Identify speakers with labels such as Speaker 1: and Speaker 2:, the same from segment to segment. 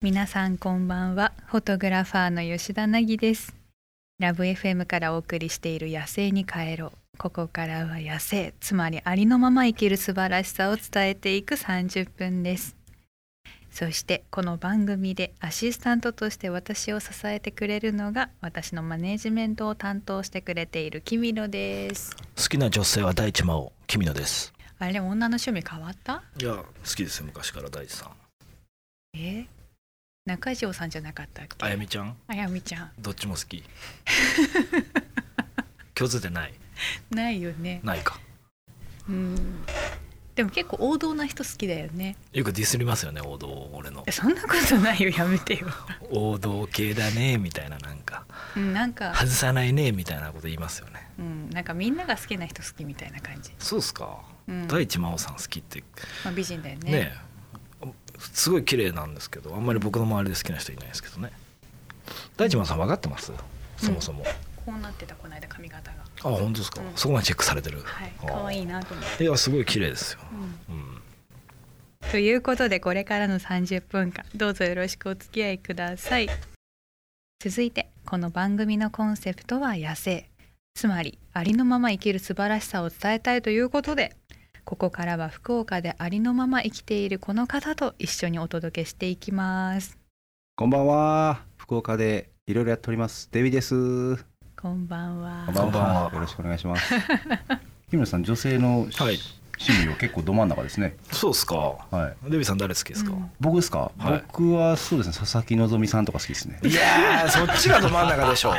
Speaker 1: 皆さんこんばんはフォトグラファーの吉田凪ですラブ FM からお送りしている野生に帰ろうここからは野生つまりありのまま生きる素晴らしさを伝えていく30分ですそしてこの番組でアシスタントとして私を支えてくれるのが私のマネージメントを担当してくれているキミロです
Speaker 2: 好きな女性は大地真央君野です
Speaker 1: あれ女の趣味変わった
Speaker 2: いや好きですよ昔から大地さん
Speaker 1: え中条さんじゃなかったっけ
Speaker 2: あやみちゃん
Speaker 1: あやみちゃん
Speaker 2: どっちも好 き共通でない
Speaker 1: ないよね
Speaker 2: ないか
Speaker 1: うんでも結構王道な人好きだよね
Speaker 2: よくディスりますよね王道を 俺の
Speaker 1: えそんなことないよやめてよ、
Speaker 2: 王道系だねみたいななんか
Speaker 1: うん、なんか、
Speaker 2: 外さないねみたいなこと言いますよね
Speaker 1: うん、なんかみんなが好きな人好きみたいな感じ、
Speaker 2: そうっすか、
Speaker 1: うん
Speaker 2: 大地真央さん好きって
Speaker 1: まあ、美人だよね
Speaker 2: ねすごい綺麗なんですけどあんまり僕の周りで好きな人いないですけどね大地真央さん分かってますそもそも、
Speaker 1: こうなってたこの間髪型が
Speaker 2: あ本当ですか、
Speaker 1: うん
Speaker 2: そこまでチェックされてる
Speaker 1: はい
Speaker 2: あー
Speaker 1: 可愛いなと思って、
Speaker 2: いやすごい綺麗ですよ、
Speaker 1: うん、
Speaker 2: うん、
Speaker 1: ということでこれからの30分間どうぞよろしくお付き合いください続いてこの番組のコンセプトは野生つまりありのまま生きる素晴らしさを伝えたいということでここからは福岡でありのまま生きているこの方と一緒にお届けしていきます
Speaker 3: こんばんは。福岡でいろいろやっております。デビです。こ
Speaker 1: こんばんは
Speaker 3: ん
Speaker 2: ばんは
Speaker 3: よろしくお願い します。木村さん、女性の、
Speaker 2: はい
Speaker 3: 趣味を結構ど真ん中ですね。
Speaker 2: そうっすか
Speaker 3: はい。
Speaker 2: デビーさん誰好きですか、
Speaker 1: うん
Speaker 3: 僕ですか、
Speaker 2: はい
Speaker 3: 僕はそうですね、佐々木希さんとか好きですね。
Speaker 2: いやーそっちがど真ん中でしょ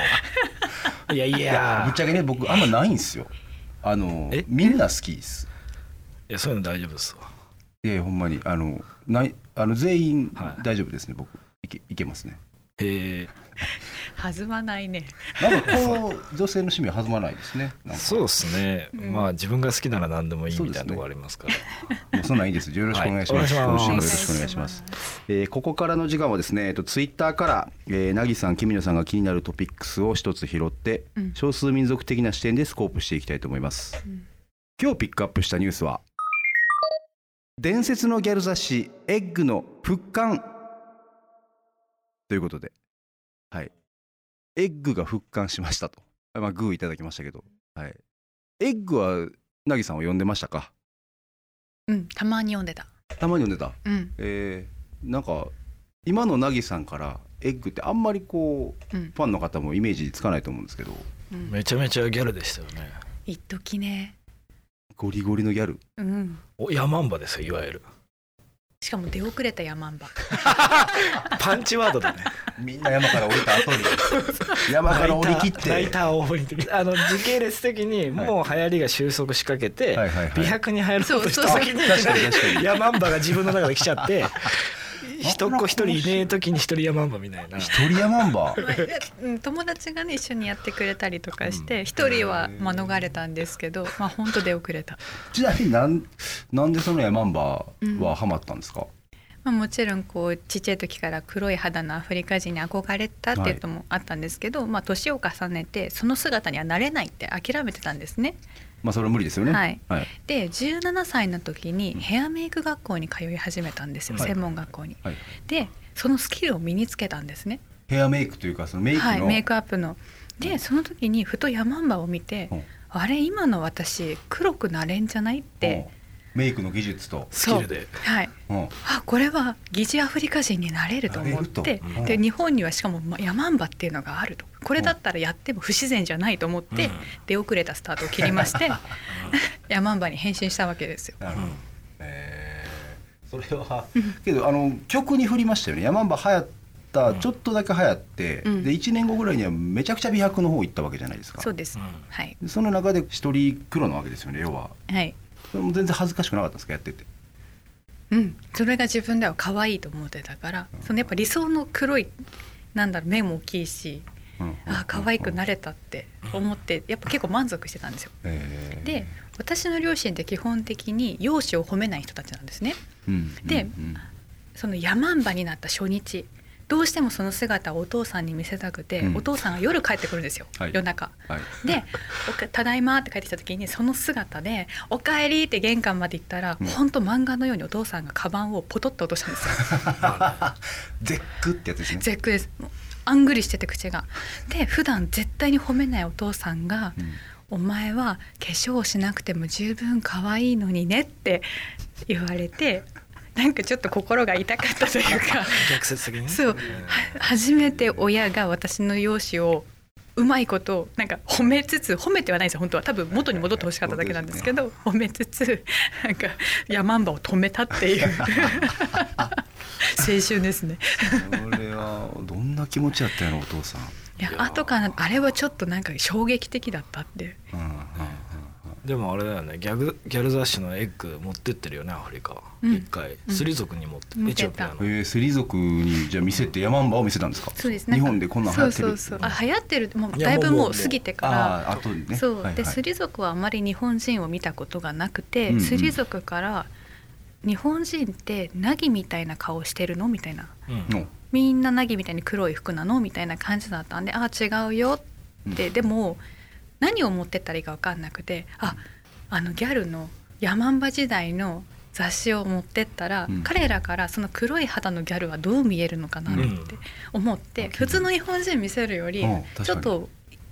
Speaker 2: いやい
Speaker 3: いやー、ぶ
Speaker 2: や
Speaker 3: っちゃけね、僕あんまないんですよ。あの
Speaker 2: え、
Speaker 3: みんな好きです。
Speaker 2: いやそういうの大丈夫ですわ
Speaker 3: いやいや、ほんまに、あの、ない、あの、全員
Speaker 2: はい
Speaker 3: 大丈夫ですね、僕。いけ、いけます ね。
Speaker 2: へ
Speaker 1: 弾まないね
Speaker 3: なんかこう、女性の趣味は弾まないですね。なん
Speaker 2: え
Speaker 3: か
Speaker 2: そうですね、
Speaker 1: うん
Speaker 2: まあ自分が好きなら何でもいい
Speaker 3: そう
Speaker 2: み
Speaker 3: で
Speaker 2: たい
Speaker 3: すね
Speaker 2: なとこありますから、
Speaker 3: もうそんなんいいですよ。よろしくお願いします。
Speaker 2: はいお願いします
Speaker 3: 今週もよろしくお願いします。えーここからの時間はですね、えっと、ツイッターから、えー、なぎさん、きみのさんが気になるトピックスを一つ拾って、
Speaker 1: うん
Speaker 3: 少数民族的な視点でスコープしていきたいと思います。
Speaker 1: うん
Speaker 3: 今日ピックアップしたニュースは、伝説のギャル雑誌、エッグの復刊ということで、はい。エッグが復刊しましたと。まあ、グーいただきましたけど、はい。エッグは、なぎさんは読んでましたか
Speaker 1: うん、たまに読んでた
Speaker 3: たまに読んでた
Speaker 1: うん
Speaker 3: えーなんか今のなぎさんからエッグってあんまりこう
Speaker 1: うん
Speaker 3: ファンの方もイメージつかないと思うんですけど
Speaker 1: うん
Speaker 2: めちゃめちゃギャルでしたよね
Speaker 1: 一時ね
Speaker 3: ゴリゴリのギャル
Speaker 1: うん
Speaker 2: おヤマンバですよいわゆる
Speaker 1: しかも出遅れたヤマンバ
Speaker 2: パンチワードだね
Speaker 3: みんな山から降りた後に山から降り切って
Speaker 2: ライターを降りてあの時系列的にもう流行りが収束しかけて、
Speaker 3: はいはいはい
Speaker 2: 美白に入ろうとした
Speaker 1: そう
Speaker 2: 先に
Speaker 3: あ確かに確かに
Speaker 2: ヤマンバが自分の中で来ちゃって 一っ子一人いねえ時に一人ヤマンバみたいな
Speaker 3: 一人山んば
Speaker 1: まあ うん友達がね一緒にやってくれたりとかし
Speaker 2: う
Speaker 1: て一、人はまあ逃れたんですけど、まあ本当出遅れた、
Speaker 3: ちなみになんなんでその山んばはハマったんですか、
Speaker 1: まあ、もちろんこうちっちゃい時から黒い肌のアフリカ人に憧れたっていうのもあったんですけど、まあ年を重ねてその姿にはなれないって諦めてたんですね。
Speaker 3: まあそれは無理ですよね
Speaker 1: はい
Speaker 3: はい
Speaker 1: で17歳の時にヘアメイク学校に通い始めたんですよ、
Speaker 2: はい
Speaker 1: 専門学校に。
Speaker 3: はい
Speaker 1: でそのスキルを身につけたんですね。
Speaker 3: ヘアメイクというかそのメイクの、
Speaker 1: はい、メイクアップの。でその時にふとヤマンバを見て、
Speaker 3: うん
Speaker 1: あれ今の私黒くなれんじゃないって、
Speaker 3: うんメイクの技術と、
Speaker 2: スキルで
Speaker 1: はい、
Speaker 3: うん
Speaker 1: あこれは疑似アフリカ人になれると思っ
Speaker 3: なれ
Speaker 1: て
Speaker 3: る、とうん
Speaker 1: で日本にはしかもまヤマンバっていうのがあるとこれだったらやっても不自然じゃないと思って、
Speaker 2: うん
Speaker 1: 出遅れたスタートを切りまして ヤマンバに変身したわけですよ。
Speaker 3: なるほど、
Speaker 2: うん
Speaker 3: えーそれはけどあの曲に振りましたよね山んば流行った、
Speaker 2: ん
Speaker 3: ちょっとだけ流行って、
Speaker 1: うん
Speaker 3: で1年後ぐらいにはめちゃくちゃ美白の方行ったわけじゃないですか
Speaker 1: そうです、
Speaker 2: うん
Speaker 1: はい、
Speaker 3: でその中で一人黒なわけですよね要は
Speaker 1: はい
Speaker 3: それも全然恥ずかしくなかったんですかやってて
Speaker 1: うん、それが自分では可愛いと思ってたから、そのやっぱ理想の黒いなんだろう目も大きいし、
Speaker 3: うん
Speaker 1: あ可愛くな
Speaker 3: る、
Speaker 1: れたって思ってやっぱ結構満足してたんですよ。
Speaker 3: えー
Speaker 1: で私の両親って基本的に容姿を褒めない人たちなんですね。
Speaker 3: うん
Speaker 1: で
Speaker 3: うん
Speaker 1: そのヤマンバになった初日どうしてもその姿をお父さんに見せたくて、
Speaker 3: うん
Speaker 1: お父さんが夜帰ってくるんですよ、
Speaker 3: はい
Speaker 1: 夜中。
Speaker 3: はい
Speaker 1: でおか「ただいま」って帰ってきた時にその姿で「おかえり」って玄関まで行ったら、
Speaker 3: うん
Speaker 1: ほんと漫画のようにお父さんがカバンをポトッと落としたんですよ。
Speaker 3: 絶句ってやつですね。
Speaker 1: 絶句ですもうあんぐりしてて口が。で普段絶対に褒めないお父さんが
Speaker 3: うん
Speaker 1: 「お前は化粧をしなくても十分可愛いのにね」って言われてなんかちょっと心が痛かったというか
Speaker 2: 逆説的にね
Speaker 1: そうは初めて親が私の容姿をうまいことなんか褒めつつ褒めてはないですよ本当は多分元に戻ってほしかっただけなんですけど褒めつつなんか山んばを止めたって いう青春ですね。
Speaker 3: これはどんな気持ちだったんやろお父さん。
Speaker 1: いや後からあれはちょっとなんか衝撃的だったって
Speaker 3: うんうんうん
Speaker 2: でもあれだよねギャグギャル雑誌のエッグ持ってってるよねアフリカは
Speaker 1: うん
Speaker 2: 一、回
Speaker 1: うん
Speaker 2: スリ族に持って、
Speaker 1: 持
Speaker 2: エ
Speaker 1: ってた
Speaker 2: チオピア の
Speaker 3: えー、スリ族にじゃあ見せてヤマンバを見せたんですか。
Speaker 1: そうです
Speaker 3: 日本でこんなん流行って
Speaker 1: そ
Speaker 3: る。
Speaker 1: うそうそうあ流行ってるもう
Speaker 2: いや
Speaker 1: だいぶ
Speaker 2: もう
Speaker 1: も
Speaker 2: も
Speaker 1: う
Speaker 2: う
Speaker 1: 過ぎてから
Speaker 3: ああ後にね。
Speaker 1: そう、
Speaker 3: はいはい
Speaker 1: でスリ族はあまり日本人を見たことがなくて、
Speaker 3: うんうん
Speaker 1: スリ族から日本人ってナギみたいな顔してるのみたいな
Speaker 2: うん
Speaker 3: の
Speaker 1: みんなナギみたいに黒い服なのみたいな感じだったんであ違うよって、でも何を持ってったらいいか分かんなくてああのギャルのヤマンバ時代の雑誌を持ってったら、
Speaker 3: うん
Speaker 1: 彼らからその黒い肌のギャルはどう見えるのかなって思って、
Speaker 3: うん
Speaker 1: 普通の日本人見せるより
Speaker 3: うん確かに
Speaker 1: ちょっと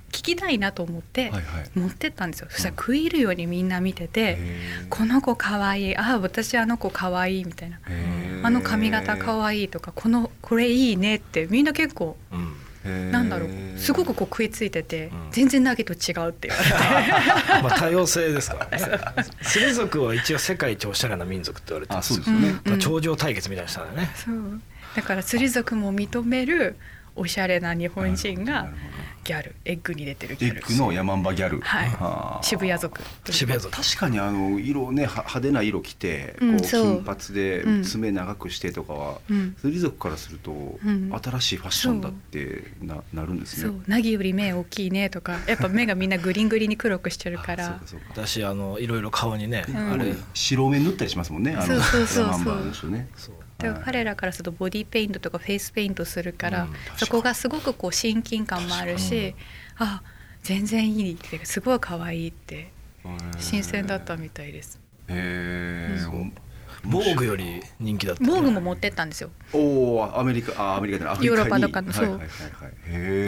Speaker 1: 聞きたいなと思って
Speaker 3: はいはい。
Speaker 1: 持ってったんですよ。そしたら
Speaker 3: うん
Speaker 1: 食い入るようにみんな見てて、
Speaker 3: へー
Speaker 1: この子かわいいああ私あの子かわいいみたいな
Speaker 3: へー
Speaker 1: あの髪型かわいいとかこのこれいいねってみんな結構
Speaker 2: うん
Speaker 3: へー
Speaker 1: なんだろうすごくこう食いついてて
Speaker 2: うん
Speaker 1: 全然ナゲと違うっ て言われて
Speaker 2: まあ多様性ですからねスリ族は一応世界一おしゃれな民族って言われてるん
Speaker 3: あそう
Speaker 2: よ
Speaker 3: ですよね。
Speaker 2: だから頂上対決みたいにしたんだよね、
Speaker 1: そうだから釣り族も認めるおしゃれな日本人
Speaker 3: な
Speaker 1: が
Speaker 3: るほ
Speaker 1: ギャルエッグに出てる
Speaker 3: ど
Speaker 1: ギ
Speaker 3: エ
Speaker 1: ャル
Speaker 3: ッグのヤマンバギャル。
Speaker 1: はい
Speaker 3: あー
Speaker 1: 渋谷族
Speaker 2: 渋谷族
Speaker 3: 確かにあの色ねは派手な色着て、
Speaker 1: うん
Speaker 3: こう
Speaker 1: そう
Speaker 3: 金髪で
Speaker 1: うん
Speaker 3: 爪長くしてとかは、
Speaker 1: うん
Speaker 3: スリ族からすると、
Speaker 1: ん
Speaker 3: 新しいファッションだってななるんです
Speaker 1: そ
Speaker 3: ね。
Speaker 1: うナギより目大きいねとかやっぱ目がみんなグリングリに黒くしてるか
Speaker 3: あそう
Speaker 1: ら
Speaker 3: かそうか。
Speaker 2: 私あのいろいろ顔にね、
Speaker 1: ん
Speaker 2: あ
Speaker 3: あれ
Speaker 2: れ
Speaker 3: 白目塗ったりしますもんね。あの
Speaker 1: そうそうそうそう
Speaker 3: ヤマンバの人ね。
Speaker 2: そう
Speaker 1: で
Speaker 3: はい
Speaker 1: 彼らからするとボディペイントとかフェイスペイントするから、
Speaker 2: うん
Speaker 1: そこがすごくこう親近感もあるし、あ全然いいってすごい可愛いって新鮮だったみたいです。
Speaker 3: へえ。
Speaker 1: うん
Speaker 2: 防具より人気だったよね、
Speaker 1: 防具も持ってったんですよ。
Speaker 3: おおアメリカあアメリカじゃないアフリカに
Speaker 1: ヨーロッパとかのそう
Speaker 3: はいはいはいはい。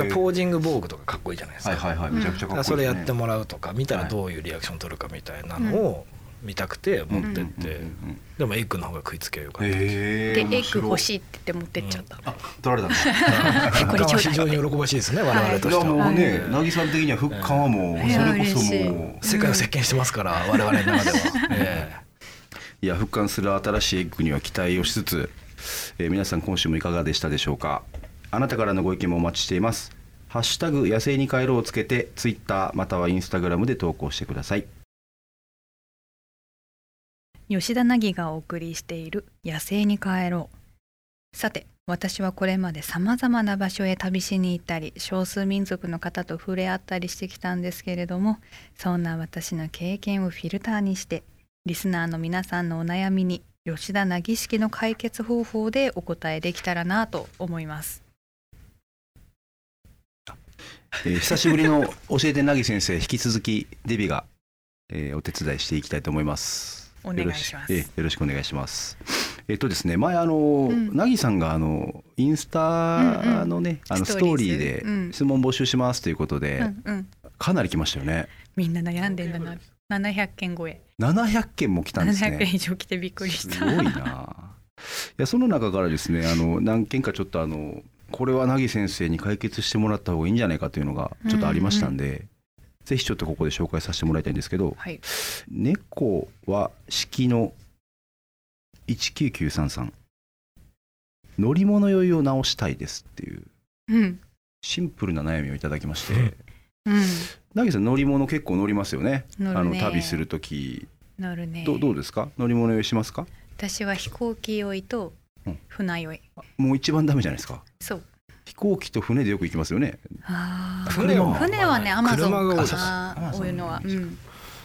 Speaker 3: へえ。
Speaker 2: ポージング防具とかかっこいいじゃないですか,、
Speaker 3: はいはいはい。
Speaker 1: うん
Speaker 3: めちゃくちゃかっこいい、ね。
Speaker 2: それやってもらうとか見たらどういうリアクション取るかみたいなのを見たくて持ってって、
Speaker 3: うんうんうん
Speaker 2: でもエッグの方が食いつけよかったです
Speaker 3: へえ。
Speaker 1: でエッグ欲
Speaker 3: い。
Speaker 1: しいって言って持ってっちゃった。
Speaker 3: あ取られたん だ。
Speaker 1: これちょうだい
Speaker 2: 非常に喜ばしいですね我
Speaker 1: は
Speaker 2: 々
Speaker 1: い
Speaker 2: と
Speaker 3: い
Speaker 2: して
Speaker 3: や
Speaker 2: は、
Speaker 3: もうね、
Speaker 2: うん
Speaker 3: なぎさん的には復刊はもう
Speaker 1: い
Speaker 3: そ
Speaker 1: や
Speaker 3: れこそ
Speaker 1: 嬉しい
Speaker 3: もう
Speaker 2: 世界を席巻してますから我々の中では、 え
Speaker 3: いや復刊する新しいエッグには期待をしつつ、えー皆さん今週もいかがでしたでしょうかあなたからのご意見もお待ちしていますハッシュタグ野生に帰ろうをつけてツイッターまたはインスタグラムで投稿してください
Speaker 1: 吉田凪がお送りしている「野生に帰ろう」さて私はこれまでさまざまな場所へ旅しに行ったり少数民族の方と触れ合ったりしてきたんですけれどもそんな私の経験をフィルターにしてリスナーの皆さんのお悩みに吉田凪式の解決方法でお答えできたらなと思います。
Speaker 3: えー久しぶりの教えてなぎ先生引き続きデビが、えーお手伝いしていきたいと思います
Speaker 1: お願いします
Speaker 3: よろし,、えーよろしくお願いしますえっとですね前あの
Speaker 1: ん
Speaker 3: なぎ、さんがあのインスタのね、あのス
Speaker 1: ス
Speaker 3: ト
Speaker 1: トー
Speaker 3: ー
Speaker 1: リ
Speaker 3: リ
Speaker 1: ー
Speaker 3: ー
Speaker 1: ズ
Speaker 3: で
Speaker 1: うん
Speaker 3: 質問募集しますということで、
Speaker 1: うんうん、
Speaker 3: かなり来ましたよね
Speaker 1: みんな悩んでんだな700件超え、
Speaker 3: 700件も来たんです
Speaker 1: 700件
Speaker 3: ね
Speaker 1: 以上来てびっくりし
Speaker 3: す
Speaker 1: た。
Speaker 3: ごいないやその中からですねあの何件かちょっとあのこれは凪先生に解決してもらった方がいいんじゃないかというのがちょっとありましたんで、ぜひちょっとここで紹介させてもらいたいんですけど
Speaker 1: はい、
Speaker 3: 猫は式の19933さん乗り物酔いを直したいですっていう
Speaker 1: うん、
Speaker 3: シンプルな悩みをいただきまして
Speaker 2: うん
Speaker 1: うん、
Speaker 3: 凪、さん乗り物結構乗りますよね
Speaker 1: 乗
Speaker 3: あ
Speaker 1: る
Speaker 3: の
Speaker 1: ね。
Speaker 3: 旅する時
Speaker 1: 乗るね。
Speaker 3: どどうですか乗り物酔いしますか
Speaker 1: 私は飛行機酔いと
Speaker 3: うん
Speaker 1: 船酔い、
Speaker 3: もう一番ダメじゃないですか
Speaker 1: そう
Speaker 3: 飛行機と船でよく行きますよね
Speaker 1: あー
Speaker 2: 船は
Speaker 1: 船はねアマゾン
Speaker 2: 車が多いです
Speaker 1: かな
Speaker 3: あそう
Speaker 1: 多いのは、
Speaker 3: Amazon
Speaker 1: うん、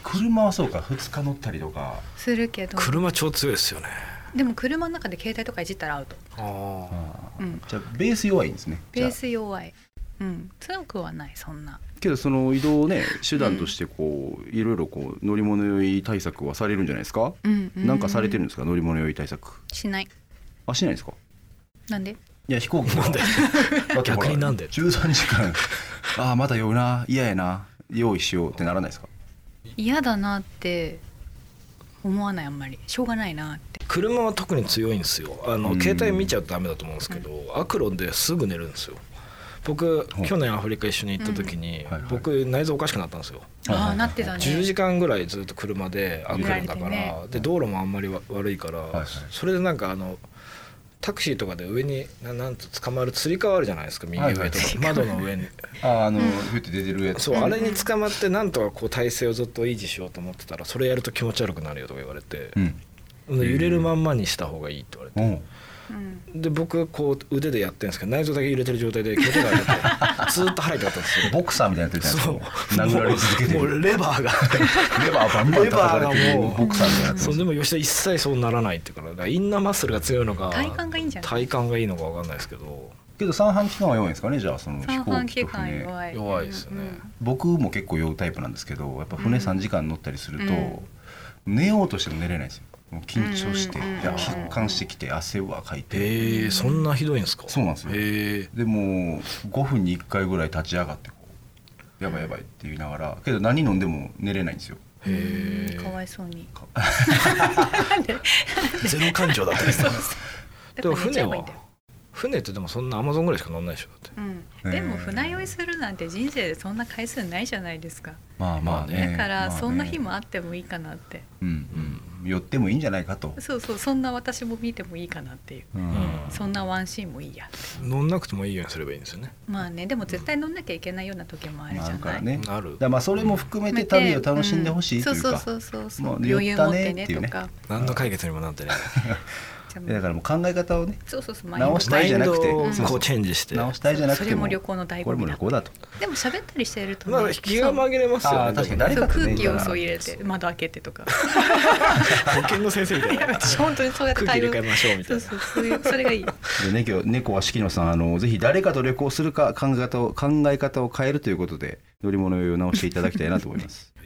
Speaker 3: 車はそうか2日乗ったりとか
Speaker 1: するけど
Speaker 2: 車超強いですよね
Speaker 1: でも車の中で携帯とかいじったらアウト
Speaker 2: あ
Speaker 3: あ
Speaker 1: うん
Speaker 3: じゃあベース弱いんですね
Speaker 1: ベー
Speaker 3: じゃ
Speaker 1: ス弱いうん強くはないそんな
Speaker 3: あけどその移動をね手段としてこういろいろこう乗り物酔い対策はされるんじゃないですか、
Speaker 1: うんう
Speaker 3: なんかされてるんですか乗り物酔い対策
Speaker 1: しない
Speaker 3: あしないんですか
Speaker 1: なんで
Speaker 3: いや飛行機なんで
Speaker 2: 逆になんで
Speaker 3: 13時間ああまだ酔うな嫌やな用意しようってならないですか
Speaker 1: 嫌だなって思わないあんまりしょうがないなって
Speaker 2: 車は特に強いんですよあの、
Speaker 3: うん
Speaker 2: 携帯見ちゃダメだと思うんですけど、アクロンですぐ寝るんですよ僕
Speaker 3: ほう
Speaker 2: 去年アフリカ一緒に行った時に、
Speaker 3: うんはいはい
Speaker 2: 僕内臓おかしくなったんですよ
Speaker 3: はいはい
Speaker 1: あ
Speaker 3: は
Speaker 1: あ
Speaker 3: い
Speaker 1: なってたね
Speaker 2: 10時間ぐらいずっと車でアクロンだか
Speaker 1: 揺られて
Speaker 2: ら、
Speaker 1: ね
Speaker 2: で道路もあんまりわ悪いから、
Speaker 3: はいはい
Speaker 2: それでなんかあのタクシーとかで上にななんと捕まるつり革あるじゃないですか右上とか、
Speaker 3: はいはい
Speaker 2: 窓の上に
Speaker 3: あーあのふって出てるや
Speaker 2: そうあれに捕まってなんとかこう体勢をずっと維持しようと思ってたらそれやると気持ち悪くなるよとか言われて、
Speaker 3: うん
Speaker 2: で揺れるまんまにした方がいいって言われて
Speaker 3: う。ん
Speaker 1: うん
Speaker 2: で僕こう腕でやってるんですけど内臓だけ揺れてる状態で 手が上げてずーっと吐いてあったんですよ
Speaker 3: ボクサーみたいになってるじゃな
Speaker 2: そ
Speaker 3: いうですか殴られ続けて
Speaker 2: もうも
Speaker 3: る
Speaker 2: うレバー が
Speaker 3: レバーバンバン叩かれて
Speaker 2: レバーが
Speaker 3: る
Speaker 2: もう
Speaker 3: ボクサーみたいになって
Speaker 2: そうでも吉田一切そうならないっていうからだからインナーマッスルが強いのか
Speaker 1: 体幹がいいんじゃない
Speaker 2: 体幹がいいのか分かんないですけど
Speaker 3: けど三半規管は弱いんですかねじゃあその飛
Speaker 1: 三
Speaker 3: 行
Speaker 1: 半
Speaker 3: 機
Speaker 1: 規
Speaker 3: と
Speaker 1: 管
Speaker 3: 船
Speaker 1: 弱い
Speaker 2: 弱いですよね
Speaker 3: 僕も結構酔うタイプなんですけどやっぱ船
Speaker 1: うん
Speaker 3: 3時間乗ったりする
Speaker 1: う
Speaker 3: と
Speaker 1: ん
Speaker 3: 寝ようとしても寝れないんですよもう緊張して
Speaker 1: うんうんうん
Speaker 3: いや発汗してきて汗はかいて
Speaker 2: えー、そんなひどいんですか
Speaker 3: そうなんですよ
Speaker 2: え
Speaker 3: でもう5分に1回ぐらい立ち上がってこうやばいやばいって言いながらけど何飲んでも寝れないんですよ
Speaker 2: ー、え
Speaker 1: うんかわいそうに
Speaker 2: ー、ゼロ感情だったんですね で
Speaker 1: だ
Speaker 2: も
Speaker 1: から寝ちゃ
Speaker 2: 船
Speaker 1: えばいいん
Speaker 2: は
Speaker 1: だよ
Speaker 2: 船ってでもそんなアマゾンぐらいしか乗んないでしょだって
Speaker 1: うん、でも船酔いするなんて人生でそんな回数ないじゃないですか、
Speaker 3: まあまあね
Speaker 1: だから
Speaker 3: まあね
Speaker 1: そんな日もあってもいいかなって、
Speaker 3: うんうん寄ってもいいんじゃないかと
Speaker 1: そうそうそんな私も見てもいいかなっていう
Speaker 3: うん
Speaker 1: そんなワンシーンもいいや
Speaker 2: 乗んなくてもいいようにすればいいんですよね
Speaker 1: まあねでも絶対乗んなきゃいけないような時もあるじゃ
Speaker 3: あ
Speaker 1: な
Speaker 3: る
Speaker 1: い、
Speaker 3: からねだ
Speaker 2: なる
Speaker 3: からまあそれも含めて旅を楽しんでほしいという
Speaker 1: うん
Speaker 3: か
Speaker 1: そうそうそうそう
Speaker 3: もう
Speaker 1: 余
Speaker 3: 酔っ
Speaker 1: 裕
Speaker 3: た
Speaker 1: 持っ
Speaker 3: ね
Speaker 1: て
Speaker 3: っ
Speaker 1: ね
Speaker 3: ていう
Speaker 1: と
Speaker 3: ね
Speaker 1: か
Speaker 2: 何の解決にもなってない
Speaker 1: じゃあ
Speaker 3: だからもう考え方をね
Speaker 1: そうそうそう
Speaker 3: 直したいじゃなくて
Speaker 2: マインドを
Speaker 3: そう
Speaker 2: こ
Speaker 3: そう
Speaker 2: うチェンジして
Speaker 3: 直したいじゃなくても
Speaker 1: それも旅行の醍醐味だ
Speaker 3: これも旅行だと
Speaker 1: でも喋ったりしてると、
Speaker 2: まあ気が紛れますよね
Speaker 3: あー確かに
Speaker 2: でも
Speaker 3: 誰
Speaker 1: そ
Speaker 3: か
Speaker 1: う
Speaker 3: とね
Speaker 1: 空気をそう入れて窓開けてとか
Speaker 2: 保険の先生みたいな
Speaker 1: 私本当にそうやって
Speaker 2: 空気入れ替え
Speaker 1: 対応
Speaker 2: ましょうみ
Speaker 1: そ
Speaker 2: たいうな
Speaker 1: そうそういうそれがいい
Speaker 3: でね今日猫は四季野さんあのぜひ誰かと旅行するか考え方を考え方を変えるということで乗り物を直していただきたいなと思います。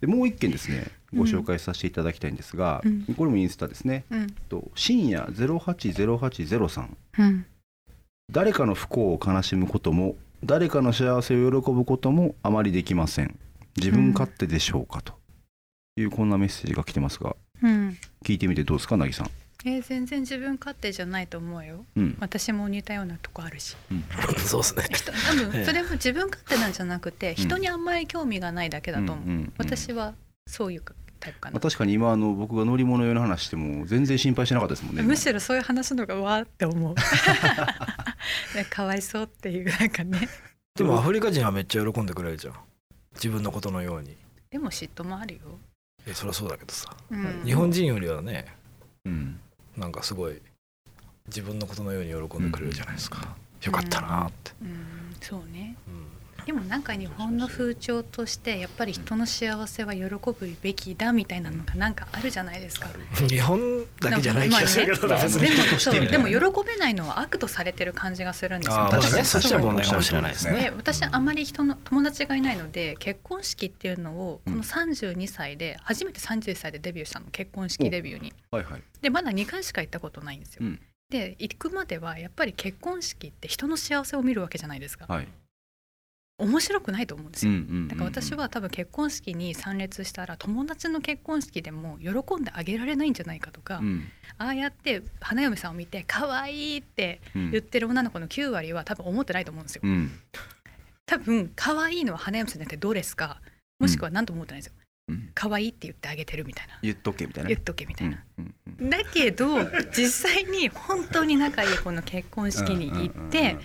Speaker 3: でもう一件ですねご紹介させていただきたいんですが、
Speaker 1: うん
Speaker 3: これもインスタですね。
Speaker 1: うん
Speaker 3: と深夜080803さん
Speaker 1: うん
Speaker 3: 誰かの不幸を悲しむことも誰かの幸せを喜ぶこともあまりできません自分勝手でしょうかというこんなメッセージが来てますが
Speaker 1: うん、
Speaker 3: 聞いてみてどうですかなぎさん。
Speaker 1: えー全然自分勝手じゃないと思うよ
Speaker 3: うん
Speaker 1: 私も似たようなとこあるし
Speaker 3: うん
Speaker 2: そうですね
Speaker 1: 人多
Speaker 2: ええ
Speaker 1: 分それも自分勝手なんじゃなくて人にあんまり興味がないだけだと思う、
Speaker 3: うんうんうん
Speaker 1: 私はそういうタイプか
Speaker 3: まあ
Speaker 1: な、
Speaker 3: 確かに今あの僕が乗り物用の話しても全然心配してなかったですもんね。
Speaker 1: むしろそういう話の方がわーって思う かわいそうっていうなんか ね
Speaker 2: でもアフリカ人はめっちゃ喜んでくれるじゃん自分のことのように
Speaker 1: でも嫉妬もあるよ、
Speaker 2: えそりゃそうだけどさ
Speaker 1: うん
Speaker 2: 日本人よりはね
Speaker 3: うん
Speaker 2: なんかすごい自分のことのように喜んでくれるじゃないですか、よかったなーって、
Speaker 1: うんそうね
Speaker 2: うん
Speaker 1: でもなんか日本の風潮としてやっぱり人の幸せは喜ぶべきだみたいなのがなんかあるじゃないですか、
Speaker 2: 日本だけじゃない気がするけど、
Speaker 1: まあね
Speaker 2: 別
Speaker 1: で
Speaker 2: に
Speaker 1: も
Speaker 3: としてみたい
Speaker 1: で
Speaker 3: な
Speaker 1: も喜べないのは悪とされてる感じがするんですよ
Speaker 2: あー
Speaker 1: 私
Speaker 2: まあねそっちの問題かもしれないです
Speaker 1: ね私あまり人の友達がいないので結婚式っていうのをこ
Speaker 3: うん
Speaker 1: の32歳で初めて31歳でデビューしたの結婚式デビューに
Speaker 3: はいはい。
Speaker 1: でまだ2回しか行ったことないんですよ、
Speaker 3: うん
Speaker 1: で行くまではやっぱり結婚式って人の幸せを見るわけじゃないですか
Speaker 3: はい。
Speaker 1: 面白くないと思うんです
Speaker 3: う
Speaker 1: よ、
Speaker 3: んうんうんうん
Speaker 1: だから私。は多分結婚式に参列したら友達の結婚式でも喜んであげられないんじゃないかとか、
Speaker 3: うん
Speaker 1: ああやって花嫁さんを見て可愛いって
Speaker 3: うん
Speaker 1: 言ってる女の子の9割は多分思ってないと思うんですよ
Speaker 3: うん
Speaker 1: 多分可愛いのは花嫁さんじゃなくてドレスかもしくは何とも思ってないんですよ
Speaker 3: うん
Speaker 1: 可愛いって言ってあげてるみたいな
Speaker 3: 言っとけみたいな
Speaker 1: 言っ
Speaker 3: ね。
Speaker 1: とけみたいな、
Speaker 3: うんうんうん
Speaker 1: だけど実際に本当に仲いい子の結婚式に行って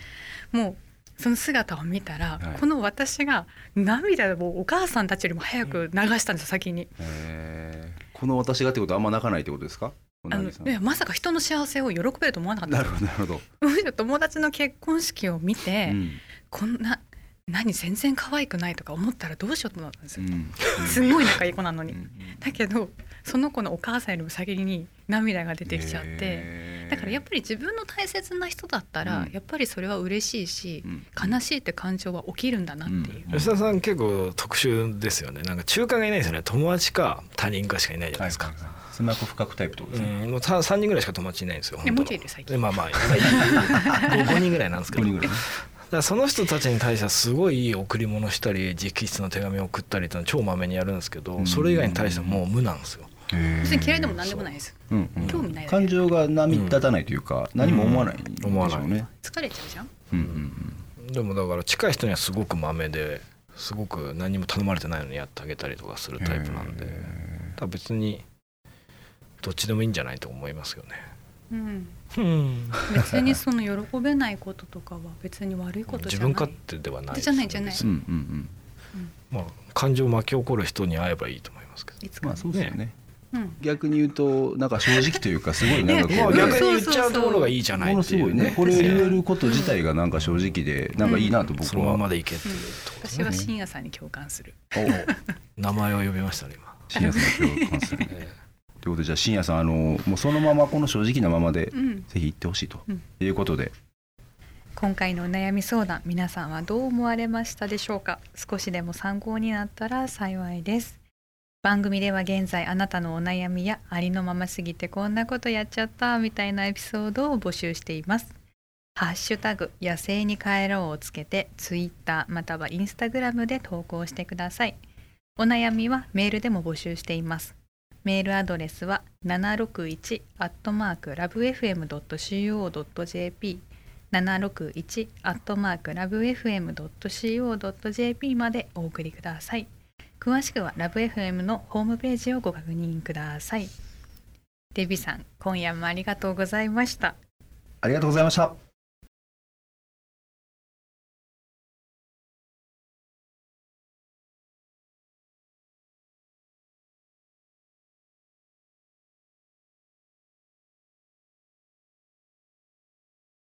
Speaker 1: もうその姿を見たら、
Speaker 3: はい
Speaker 1: この私が涙をお母さんたちよりも早く流したんですよ先に。
Speaker 3: うんうんうんへーこの私がってことはあんま泣かないってことですか？
Speaker 1: あの
Speaker 3: 小
Speaker 1: い
Speaker 3: 柳
Speaker 1: やまさか人の幸せを喜べると思わなか
Speaker 3: さん
Speaker 1: った
Speaker 3: なるほどなるほど。
Speaker 1: むしろ 友達の結婚式を見
Speaker 3: う
Speaker 1: て、
Speaker 3: ん
Speaker 1: こんな何全然可愛くないとか思ったらどうしようと思ったんです
Speaker 3: う
Speaker 1: よ、
Speaker 3: ん
Speaker 1: すごい仲いい子なのに、
Speaker 3: うん
Speaker 1: だけどその子のお母さんよりも先に涙が出てきちゃって、
Speaker 3: へー
Speaker 1: だからやっぱり自分の大切な人だったら、
Speaker 3: うん
Speaker 1: やっぱりそれは嬉しいし、
Speaker 3: うん
Speaker 1: 悲しいって感情は起きるんだなっていう、
Speaker 3: うん
Speaker 2: 吉田さん結構特殊ですよねなんか中間がいないですよね友達か他人かしかいないじゃないですか、
Speaker 4: はいはいはいスマホ深くタイプってことですね。
Speaker 2: うん、もうた3人ぐらいしか友達いないんですよ。
Speaker 1: ね
Speaker 2: 本
Speaker 1: も
Speaker 2: 当
Speaker 1: うちょいいる最近
Speaker 2: まあまあ、5 人ぐらいなんですけ
Speaker 3: 5
Speaker 2: ど。だ
Speaker 3: 人ぐらい
Speaker 2: か
Speaker 3: ね
Speaker 2: らその人たちに対してはすごいいい贈り物したり直筆の手紙を送ったりっていうのは超まめにやるんですけど、
Speaker 3: ん
Speaker 2: それ以外に対してはもう無なんですよ。
Speaker 1: 別に嫌いでも何でもないです、
Speaker 3: うんうん
Speaker 1: 興味ないだけ
Speaker 4: 感情が波立たないというか、何も思わないんでしょうね。
Speaker 2: 思わない
Speaker 1: 疲れちゃうじゃん
Speaker 3: うんうん
Speaker 2: でもだから近い人にはすごくまめですごく何も頼まれてないのにやってあげたりとかするタイプなんで、だから別にどっちでもいいんじゃないと思いますよね。
Speaker 1: うん、
Speaker 2: うん、
Speaker 1: 別にその喜べないこととかは別に悪いことじ
Speaker 2: 自
Speaker 1: ゃない
Speaker 2: 分勝手ではないです
Speaker 1: じゃないじゃない
Speaker 2: 別
Speaker 3: うんう
Speaker 2: に
Speaker 3: んうん
Speaker 2: まあ感情を巻き起こる人に会えばいいと思いますけど。
Speaker 1: いつか、
Speaker 3: まあそうですよね
Speaker 1: うん、
Speaker 3: 逆に言うとなんか正直というかすごいなんかこう
Speaker 2: まあ
Speaker 1: いや
Speaker 2: 逆に言っちゃうところがいいじゃない
Speaker 3: もの
Speaker 2: って
Speaker 3: す
Speaker 2: い
Speaker 3: ご
Speaker 2: う
Speaker 3: いねこれを言えること自体がなんか正直でなんかいいなと
Speaker 2: そ
Speaker 3: 僕
Speaker 2: のま
Speaker 3: は、
Speaker 2: までいけっていうところです
Speaker 1: 私
Speaker 2: ね
Speaker 1: は深夜さんに共感する
Speaker 2: 名前を呼びましたね今
Speaker 3: 深夜さんと関する
Speaker 2: え
Speaker 3: ということでじゃあ深夜さんあのもうそのままこの正直なままで
Speaker 1: うん
Speaker 3: ぜひ行ってほしいと
Speaker 1: うん
Speaker 3: いうことで、
Speaker 1: 今回のお悩み相談皆さんはどう思われましたでしょうか少しでも参考になったら幸いです番組では現在あなたのお悩みやありのまますぎてこんなことやっちゃったみたいなエピソードを募集していますハッシュタグ野生に帰ろうをつけてツイッターまたはインスタグラムで投稿してくださいお悩みはメールでも募集していますメールアドレスは761アットマークラブ FM.co.jp 761アットマークラブ FM.co.jp までお送りください詳しくはラブ FM のホームページをご確認くださいデビさん今夜もありがとうございました
Speaker 3: ありがとうございました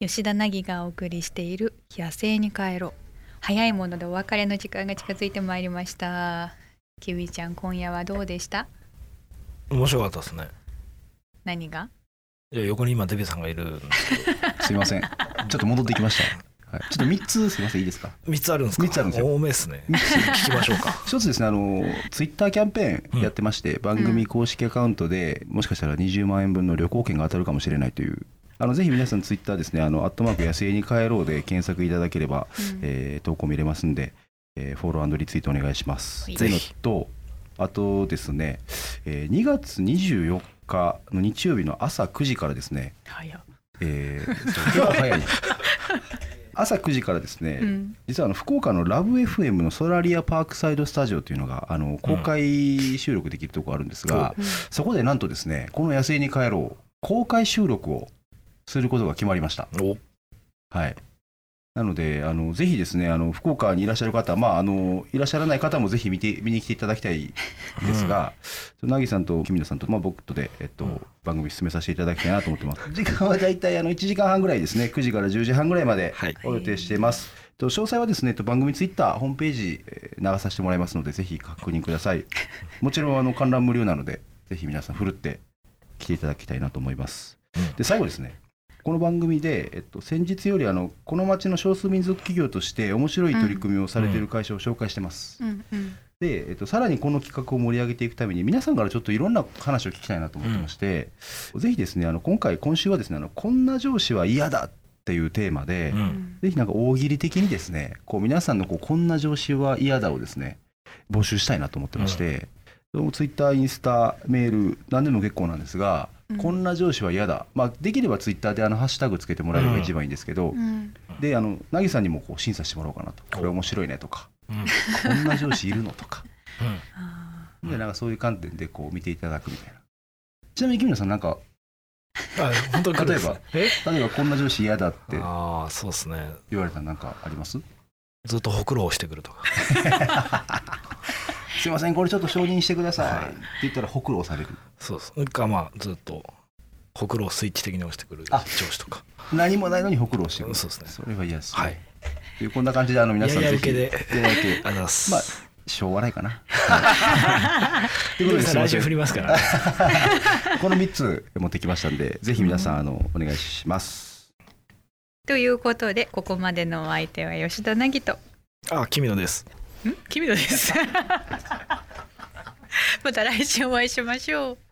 Speaker 1: 吉田凪がお送りしている「野生に帰ろう」早いものでお別れの時間が近づいてまいりましたキウイちゃん今夜はどうでした
Speaker 2: 面白かったですね
Speaker 1: 何が
Speaker 2: いや横に今デビさんがいるんです
Speaker 3: すいませんちょっと戻ってきました、はい、ちょっと3つすいませんいいですか
Speaker 2: 3つあるんですか
Speaker 3: 三つあるんですよ
Speaker 2: 多めですね
Speaker 3: 三つ
Speaker 2: 聞きましょうか
Speaker 3: 一つですねあのツイッターキャンペーンやってまして、番組公式アカウントでもしかしたら20万円分の旅行券が当たるかもしれないというあのぜひ皆さんツイッターですね「あのアットマーク野生に帰ろう」で検索いただければ、
Speaker 1: うん
Speaker 3: えー投稿見れますんで、えーフォローリツイートお願いします。
Speaker 1: はい
Speaker 3: というのとあとですね、えー2月24日の日曜日の朝9時からですね、
Speaker 1: 早っ
Speaker 3: えーそう今日は早い な朝9時からですね、
Speaker 1: うん
Speaker 3: 実はあの福岡のラブ f m のソラリアパークサイドスタジオというのがあの公開収録できるとこあるんですが、
Speaker 1: うん
Speaker 3: そこでなんとですねこの「野生に帰ろう」公開収録をすることが決まりました。
Speaker 2: お
Speaker 3: はいなのであのぜひですねあの福岡にいらっしゃる方、まあ、あのいらっしゃらない方もぜひ見て見に来ていただきたいですが、なぎさんと君野さんと、まあ、僕とで、えっと
Speaker 2: うん
Speaker 3: 番組進めさせていただきたいなと思ってます。時間はだいたいあの1時間半ぐらいですね9時から10時半ぐらいまで
Speaker 2: はい
Speaker 3: を予定しています。と詳細はですね、と番組ツイッターホームページえー流させてもらいますので、ぜひ確認くださ い。もちろんあの観覧無料なので、ぜひ皆さんふるって来ていただきたいなと思います。
Speaker 2: うん
Speaker 3: で最後ですね。この番組で、えっと、先日よりあのこの町の少数民族企業として面白い取り組みをされている会社を紹介してます。
Speaker 1: うんうん
Speaker 3: で、えっと、さらにこの企画を盛り上げていくために皆さんからちょっといろんな話を聞きたいなと思ってまして、ぜひですねあの今回今週はですねあの「こんな上司は嫌だ」っていうテーマで、
Speaker 2: うん
Speaker 3: ぜひなんか大喜利的にですねこう皆さんのこうこんな上司は嫌だをですね募集したいなと思ってまして、どうもツイッターインスタメール何でも結構なんですが、
Speaker 1: うん
Speaker 3: こんな上司は嫌だ、まあ、できればツイッターであのハッシュタグつけてもらえれば一番いいんですけど、
Speaker 1: うん
Speaker 3: であのなぎさんにもこう審査してもらおうかなとこれ面白いねとか
Speaker 2: うんうん
Speaker 3: こんな上司いるのとか
Speaker 1: あ
Speaker 3: でなんかそういう観点でこう見ていただくみたいなちなみに君野さんなんか
Speaker 2: あ本当に来るんですねえ
Speaker 3: 例えばこんな上司嫌だって
Speaker 2: ああそうですね
Speaker 3: 言われたらなんかあります
Speaker 2: ずっとほくろをしてくるとか
Speaker 3: すいませんこれちょっと承認してくださ
Speaker 2: はい
Speaker 3: いって言ったらほくろをされる
Speaker 2: そうですかまあずっとほくろをスイッチ的に押してくる上
Speaker 3: あ
Speaker 2: 司とか
Speaker 3: 何もないのにほくろをしてくる
Speaker 2: そうですね
Speaker 3: それは嫌ですね
Speaker 2: はい
Speaker 3: というこんな感じであの皆さん
Speaker 2: やや
Speaker 3: ぜ
Speaker 2: 受け
Speaker 3: ひ
Speaker 2: で
Speaker 3: やや受け
Speaker 2: ありがとうございます、
Speaker 3: まあ 小笑いかなとい
Speaker 2: デ
Speaker 3: うこ
Speaker 2: ビ
Speaker 3: とで
Speaker 2: さ
Speaker 3: す
Speaker 2: ん
Speaker 3: いま
Speaker 2: 来
Speaker 3: せ
Speaker 2: 週
Speaker 3: ん
Speaker 2: 振りますから、ね、
Speaker 3: この3つ持ってきましたんでぜひ皆さんあのお願いします
Speaker 1: ということでここまでのお相手は吉田凪と
Speaker 2: あ君のです
Speaker 1: ん君のですまた来週お会いしましょう